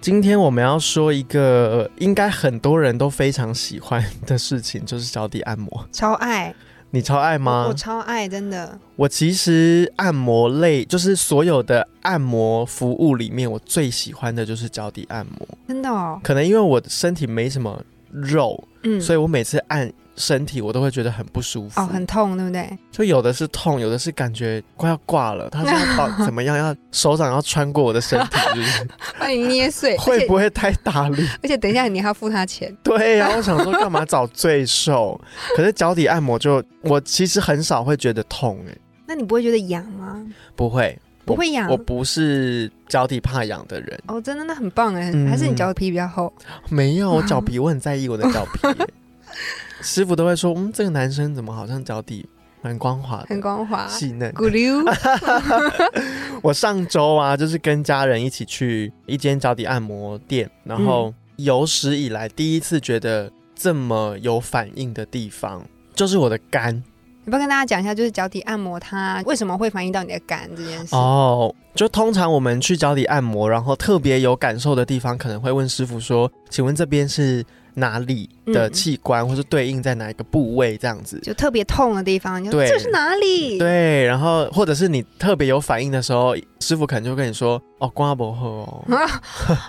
今天我们要说一个、呃应该很多人都非常喜欢的事情，就是脚底按摩。超爱你超爱吗？我超爱，真的。我其实按摩类就是所有的按摩服务里面，我最喜欢的就是脚底按摩。真的哦，可能因为我身体没什么肉，嗯，所以我每次按身体，我都会觉得很不舒服。哦，很痛，对不对？就有的是痛，有的是感觉快要挂了，它是要 把怎么样，要手掌要穿过我的身体，就是把你捏碎，会不会太大力？而且等一下你还要付他钱，对啊呀、我想说干嘛找罪受？可是脚底按摩就我其实很少会觉得痛、欸，那你不会觉得痒吗？不会，不会痒我不是脚底怕痒的人，哦，真的那很棒哎，嗯还是你脚皮比较厚？没啊有我脚皮，我很在意我的脚皮、 欸师傅都会说，嗯，这个男生怎么好像脚底蛮光滑很的。光滑，细 嫩，咕溜， 我上周啊，就是跟家人一起去一间脚底按摩店，然嗯后有史以来第一次觉得这么有反应的地方，就是我的肝你不要跟大家讲一下，就是脚底按摩它为什么会反映到你的肝这件事？哦。就通常我们去脚底按摩，然后特别有感受的地方，可能会问师傅说：“请问这边是哪里的嗯器官，或是对应在哪一个部位？”这样子。就特别痛的地方，你说对这是哪里？，对，然后或者是你特别有反应的时候，师傅可能就跟你说：“哦，刮不喝哦，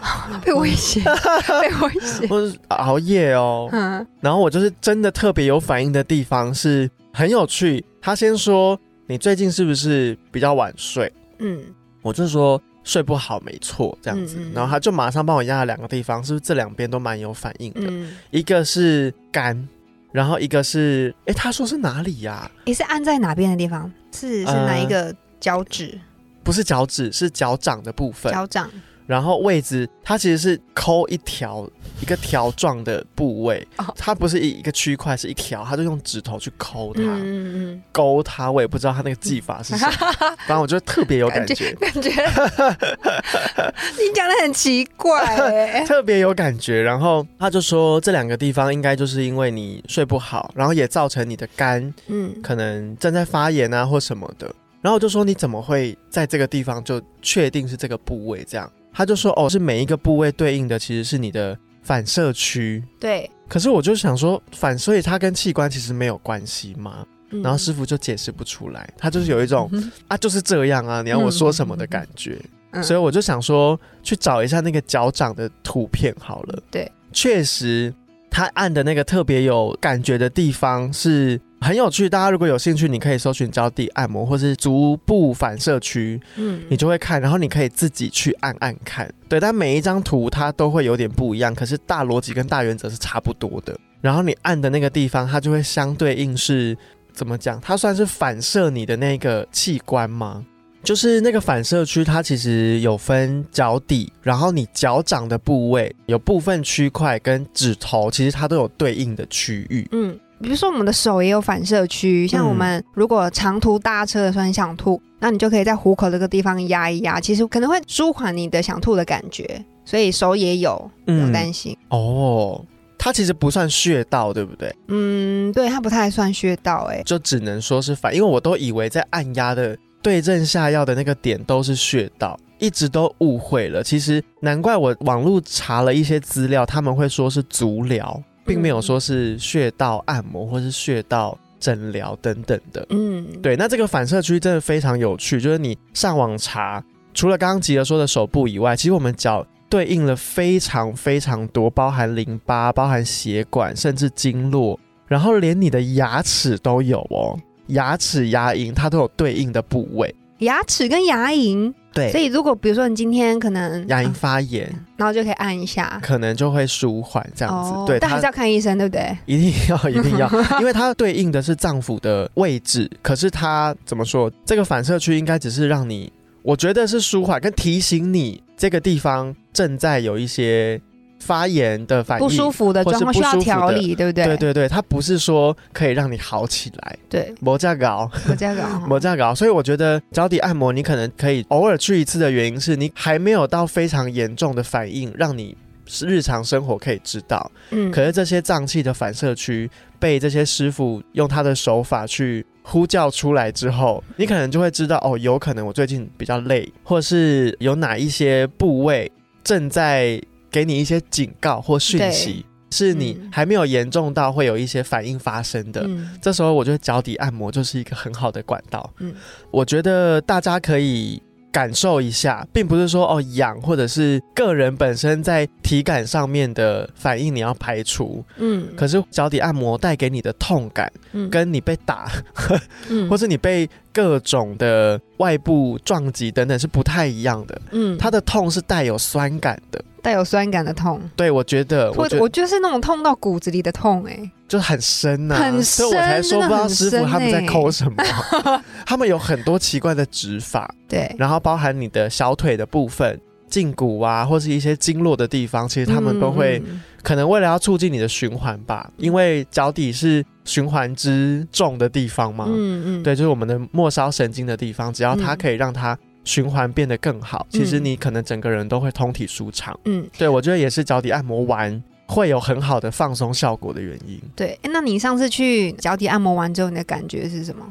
啊， 被威 胁，被威胁，或者是熬夜哦。”嗯，然后我就是真的特别有反应的地方是很有趣。他先说你最近是不是比较晚睡？嗯，我就说睡不好，没错，这样子。嗯嗯嗯然后他就马上帮我压了两个地方，是不是这两边都蛮有反应的？嗯，一个是肝，然后一个是诶，他说是哪里呀、你是按在哪边的地方？是是呃哪一个脚趾、不是脚趾，是脚掌的部分。脚掌？然后位置它其实是抠一条一个条状的部位哦，它不是一一个区块，是一条，他就用指头去抠它。嗯嗯勾他，我也不知道他那个技法是什 么，反正我就特别有感觉嗯，，感觉 你讲的很奇 怪哎、特别有感觉。然后他就说这两个地方应该就是因为你睡不好，然后也造成你的肝嗯，可能正在发炎啊或什么的。然后我就说你怎么会在这个地方就确定是这个部位这样？他就说哦，是每一个部位对应的其实是你的反射区。对。可是我就想说，反射它跟器官其实没有关系吗？嗯然后师傅就解释不出来，他就是有一种啊，就是这样啊，你要我说什么的感觉。嗯所以我就想说，去找一下那个脚掌的图片好了。对，确实，他按的那个特别有感觉的地方是很有趣。大家如果有兴趣，你可以搜寻脚底按摩或是足部反射区，嗯你就会看，然后你可以自己去按按看。对，但每一张图它都会有点不一样，可是大逻辑跟大原则是差不多的。然后你按的那个地方，它就会相对应是怎么讲？它算是反射你的那个器官吗？就是那个反射区，它其实有分脚底，然后你脚掌的部位有部分区块跟指头，其实它都有对应的区域。嗯，比如说我们的手也有反射嗯区，像我们如果长途搭车的时候你想吐，那你就可以在虎口这个地方压一压，其实可能会舒缓你的想吐的感觉，所以手也有，不嗯用担心。哦，它其实不算穴道，对不对？嗯对，它不太算穴道、欸，就只能说是反，因为我都以为在按压的对症下药的那个点都是穴道，一直都误会了。其实难怪我网络查了一些资料，他们会说是足疗，并没有说是穴道按摩或是穴道诊疗等等的。嗯，，对，那这个反射区真的非常有趣，就是你上网查，除了刚刚吉儿说的手部以外，其实我们脚对应了非常非常多，包含淋巴、包含血管，甚至经络，然后连你的牙齿都有哦，牙齿、牙龈它都有对应的部位。牙齿跟牙龈，所对，以如果比如说你今天可能牙龈啊发炎、然后就可以按一下，哦可能就会舒缓这样子。对，但还它是要看医生，对不对？一定要，一 定要，因为它对应的是脏腑的位置。可是它怎么说？这个反射区应该只是让你，我觉得是舒缓跟提醒你这个地方正在有一些发炎的反应，不舒服的或是状况不需要舒服调的理，对不对？对对对，它不是说可以让你好起来，对，没这 搞，我这样 哦讲没这搞。所以我觉得脚底按摩，你可能可以偶尔去一次的原因是你还没有到非常严重的反应，让你日常生活可以知道。嗯可是这些脏器的反射区被这些师傅用他的手法去呼叫出来之后，你可能就会知道哦，有可能我最近比较累，或是有哪一些部位正在给你一些警告或讯息，是你嗯还没有严重到会有一些反应发生的。嗯这时候我觉得脚底按摩就是一个很好的管道。嗯我觉得大家可以感受一下，并不是说哦痒，或者是个人本身在体感上面的反应你要排除。嗯，可是脚底按摩带给你的痛感，嗯跟你被打，嗯或是你被各种的外部撞击等等是不太一样的。嗯，它的痛是带有酸感的。带有酸感的痛，对，我觉得，我我觉得我就是那种痛到骨子里的痛，哎， 就很深呐、很所以我才深说不知真的道师傅他很们深在欸抠什么。 他们有很多奇怪的指法，对，然后包含你的小腿的部分、胫骨啊，或是一些经络的地方，其实他们都会、嗯可能为了要促进你的循环吧，因为脚底是循环之重的地方嘛，嗯嗯，啊对，就是我们的末梢神经的地方，只要它嗯可以让它。循环变得更好，其实嗯你可能整个人都会通体舒畅。嗯对我觉得也是脚底按摩完会有很好的放松效果的原因。对。哎那你上次去脚底按摩完之后，你的感觉是什么？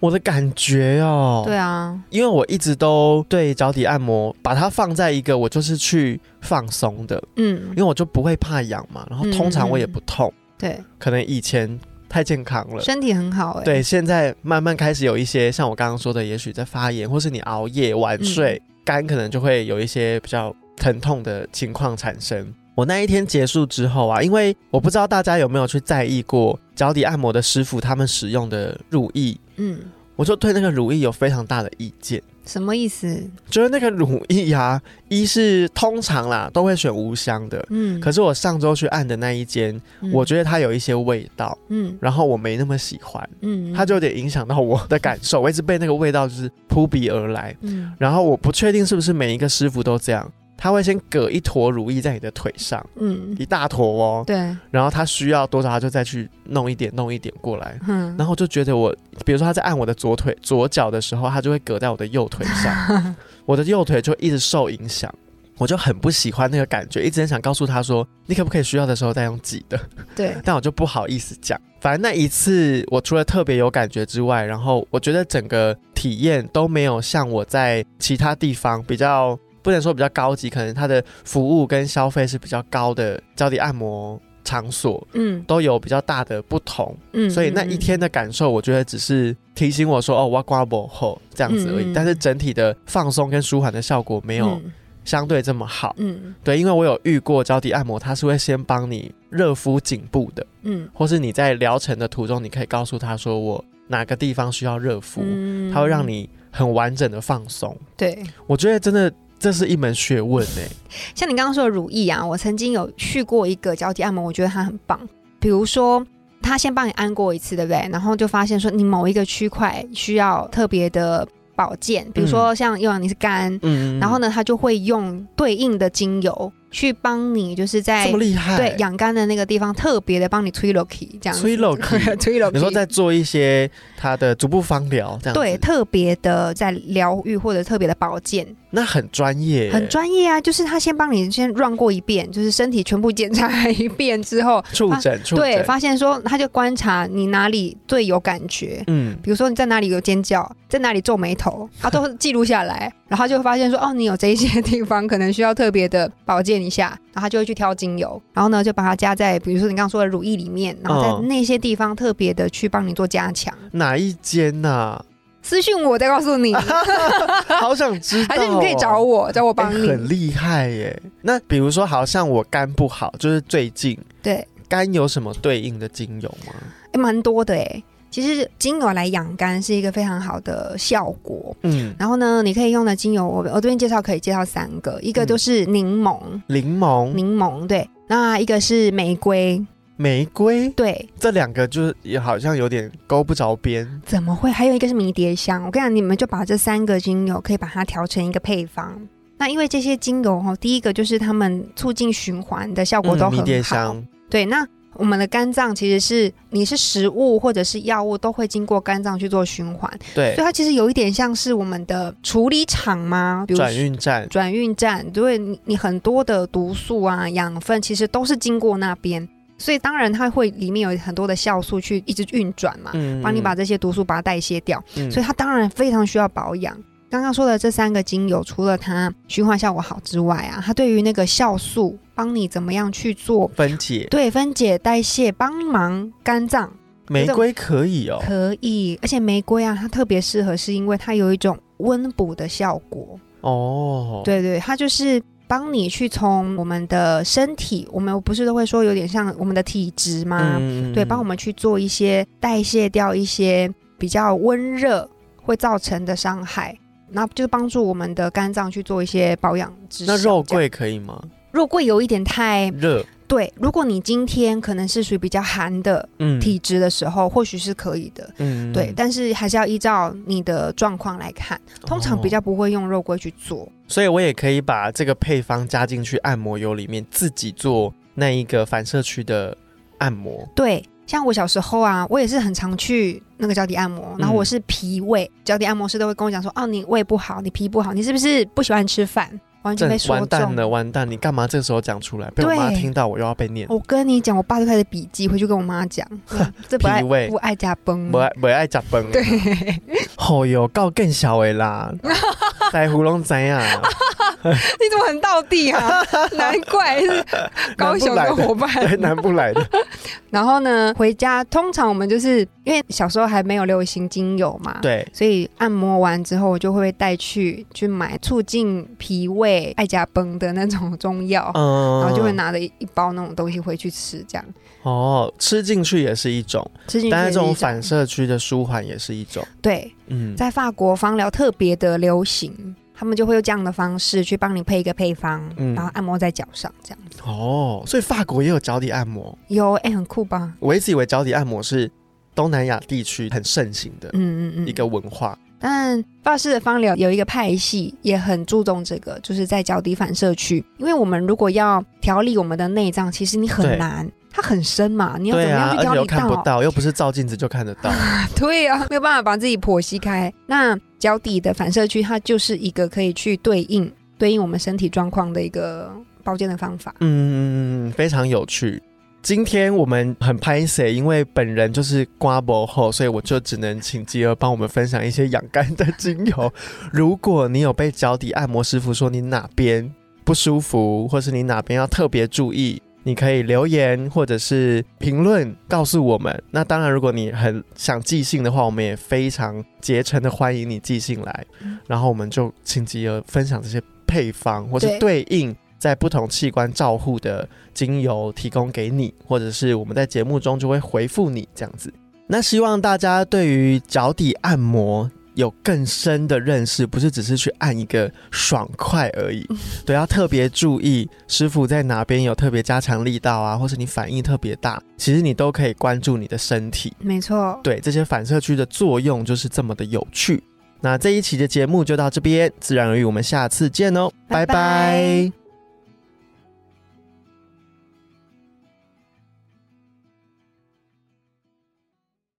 我的感觉哦，对啊，因为我一直都对脚底按摩把它放在一个我就是去放松的，嗯因为，我就不会怕痒嘛，然后通常我也不痛，对，可能以前太健康了。身体很好，哎，对，现在慢慢开始有一些像我刚刚说的，也许在发炎，或是你熬夜晚睡，肝可能就会有一些比较疼痛的情况产生。我那一天结束之后啊，因为我不知道大家有没有去在意过脚底按摩的师傅他们使用的乳液，嗯，我就对那个乳液有非常大的意见。什么意思？就是那个乳液啊，一是通常啦都会选无香的，嗯，可是我上周去按的那一间，我觉得，得它有一些味道，嗯然后我没那么喜欢，嗯，它就有点影响到我的感受，我一直被那个味道就是扑鼻而来。嗯然后我不确定是不是每一个师傅都这样，他会先搁一坨乳液在你的腿上，嗯，一大坨哦，对，然后他需要多少他就再去弄一点弄一点过来。嗯，然后我就觉得我，比如说他在按我的左腿左脚的时候，他就会搁在我的右腿 上，我的右腿就一直受影响，我就很不喜欢那个感觉，一直很想告诉他说，你可不可以需要的时候再用挤的，对，但我就不好意思讲。反正那一次，我除了特别有感觉之外，然后我觉得整个体验都没有像我在其他地方比较。不能说比较高级，可能它的服务跟消费是比较高的脚底按摩场所嗯都有比较大的不同。嗯，所以那一天的感受，我觉得只是提醒我说，哦，我刮不后这样子而已。嗯嗯嗯但是整体的放松跟舒缓的效果没没有，相对这么好。嗯对，因为我有遇过脚底按摩，它是会先帮你热敷颈部的，嗯，或是你在疗程的途中，你可以告诉他说我哪个地方需要热敷，嗯它会让你很完整的放松。对。我觉得真的这是一门学问欸呢、像你刚刚说的乳液啊，我曾经有去过一个脚底按摩，我觉得它很棒。比如说，他先帮你按过一次，对不对？然后就发现说你某一个区块需要特别的保健，比如说像用你是肝，嗯，然后？呢，他就会用对应的精油去帮你，就是在这么厉害？对养肝的那个地方特别的帮你推 l o k y 这样子吹 l o 推 l o 你说在嗯做一些它的足部芳疗这样子，对，特别的在疗愈或者特别的保健，那很专业、欸很专业啊，就是他先帮你先 run 过一遍，就是身体全部检查一遍之后，触发诊，触诊，对，发现说他就观察你哪里最有感觉。嗯，比如说你在哪里有尖叫，在哪里皱眉 头，他都记录下来，然后他就会发现说，哦，你有这一些地方可能需要特别的保健一下，然后他就会去挑精油，然后呢就把它加在比如说你刚刚说的乳液里面，然后在嗯那些地方特别的去帮你做加强。哪一间呐、 私信我再告诉你， 好想知道、嗯还是你可以找。我，找我帮欸你。很厉害耶！那比如说，好像我肝不好，就是最近对，肝有什么对应的精油吗？欸，蛮多的哎、其实精油来养肝是一个非常好的效果。嗯，然后呢，你可以用的精油，我我这边介绍可以介绍三个，一个就是柠檬，柠檬、柠、檬对，那一个是玫瑰，玫瑰对，这两个就是也好像有点勾不着边。怎么会？还有一个是迷迭香。我跟你讲，你们就把这三个精油可以把它调成一个配方，那因为这些精油哦，第一个就是它们促进循环的效果都嗯，很迷好。迭香，对，那我们的肝脏其实是你是食物或者是药物都会经过肝脏去做循环，对所以，它其实有一点像是我们的处理厂嘛，比如说啊转运站，转运站，对你你很多的毒素啊、养分其实都是经过那边，所以当然它会里面有很多的酵素去一直运转嘛，嗯帮你把，这些毒素把它代谢掉，嗯所以它当然非常需要保养。刚刚说的这三个精油，除了它循环效果好之外啊，它对于那个酵素帮你怎么样去做 分解，对分解代谢，帮忙肝脏玫瑰可以哦，可以，而且玫瑰啊，它特别适合，是因为它有一种温补的效果。哦，，对对，它就是帮你去从我们的身体，我们不是都会说有点像我们的体质吗？嗯啊对，帮我，们去做一些代谢掉一些比较温热会造成的伤害，那就是帮助我们的肝脏去做一些保养之那上肉这样桂可以吗？肉桂有一点太热，对，如果你今天可能是属于比较寒的嗯，体质的时候，或许是可以的。嗯，嗯对，，但是还是要依照你的状况来看，通常比哦较不会用肉桂去做。所以我也可以把这个配方加进去按摩油里面，自己做那一个反射区的按摩。对，像我小时候啊，我也是很常去那个脚底按摩，然后我嗯是脾胃，脚底按摩师都会跟我讲说，哦，你胃不好，你脾不好，你是不是不喜欢吃饭？完全这被说完蛋中。了，完蛋！你干嘛这时候讲出来？被我对妈听到，我又要被念。我跟你讲，我爸就开始笔记，回去跟我妈 讲，嗯这不爱脾胃不爱加崩不。爱不爱食饭，嗯对， 吼哟，告更小的啦，在胡龙怎样？ 你怎么很到地啊？难怪 是高雄的伙伴。对，南部来的，然后呢，回家通常我们就是因为小时候还没有流行精油嘛，对，所以按摩完之后，我就会被带去去买促进脾胃、爱甲崩的那种中药，嗯，然后就会拿着一一包那种东西回去吃，这样哦，吃进去也是一种，吃进去也但是是一这种种反射区的舒缓也是一种，对，嗯，在法国芳疗特别的流行，他们就会用这样的方式去帮你配一个配方，嗯然后按摩在脚上，这样子哦，所以法国也有脚底按摩，有哎、很酷吧？我一直以为脚底按摩是东南亚地区很盛行的嗯嗯嗯，一个文化。但法式的芳疗有一个派系也很注重这个，就是在脚底反射区。因为我们如果要调理我们的内脏，其实你很对难，它很深嘛，你要怎对么啊样，去而调且又理看不到？到，又不是照镜子就看得到。对啊，没有办法把自己剖析开。那脚底的反射区，它就是一个可以去对应对应我们身体状况的一个保健的方法。嗯，非常有趣。今天我们很拍谁，因为本人就是瓜博后，所以我就只能请吉儿帮我们分享一些养肝的精油。如果你有被脚底按摩师傅说你哪边不舒服，或是你哪边要特别注意，你可以留言或者是评论告诉我们。那当然，如果你很想寄信的话，我们也非常竭诚的欢迎你寄信来，然后我们就请吉儿分享这些配方或是对应在不同器官照护的精油提供给你，或者是我们在节目中就会回复你这样子。那希望大家对于脚底按摩有更深的认识，不是只是去按一个爽快而 已。对，要特别注意师傅在哪边有特别加强力道啊，或是你反应特别大，其实你都可以关注你的身体。没错，对，这些反射区的作用就是这么的有趣。那这一期的节目就到这边，自然而然我们下次见哦，拜拜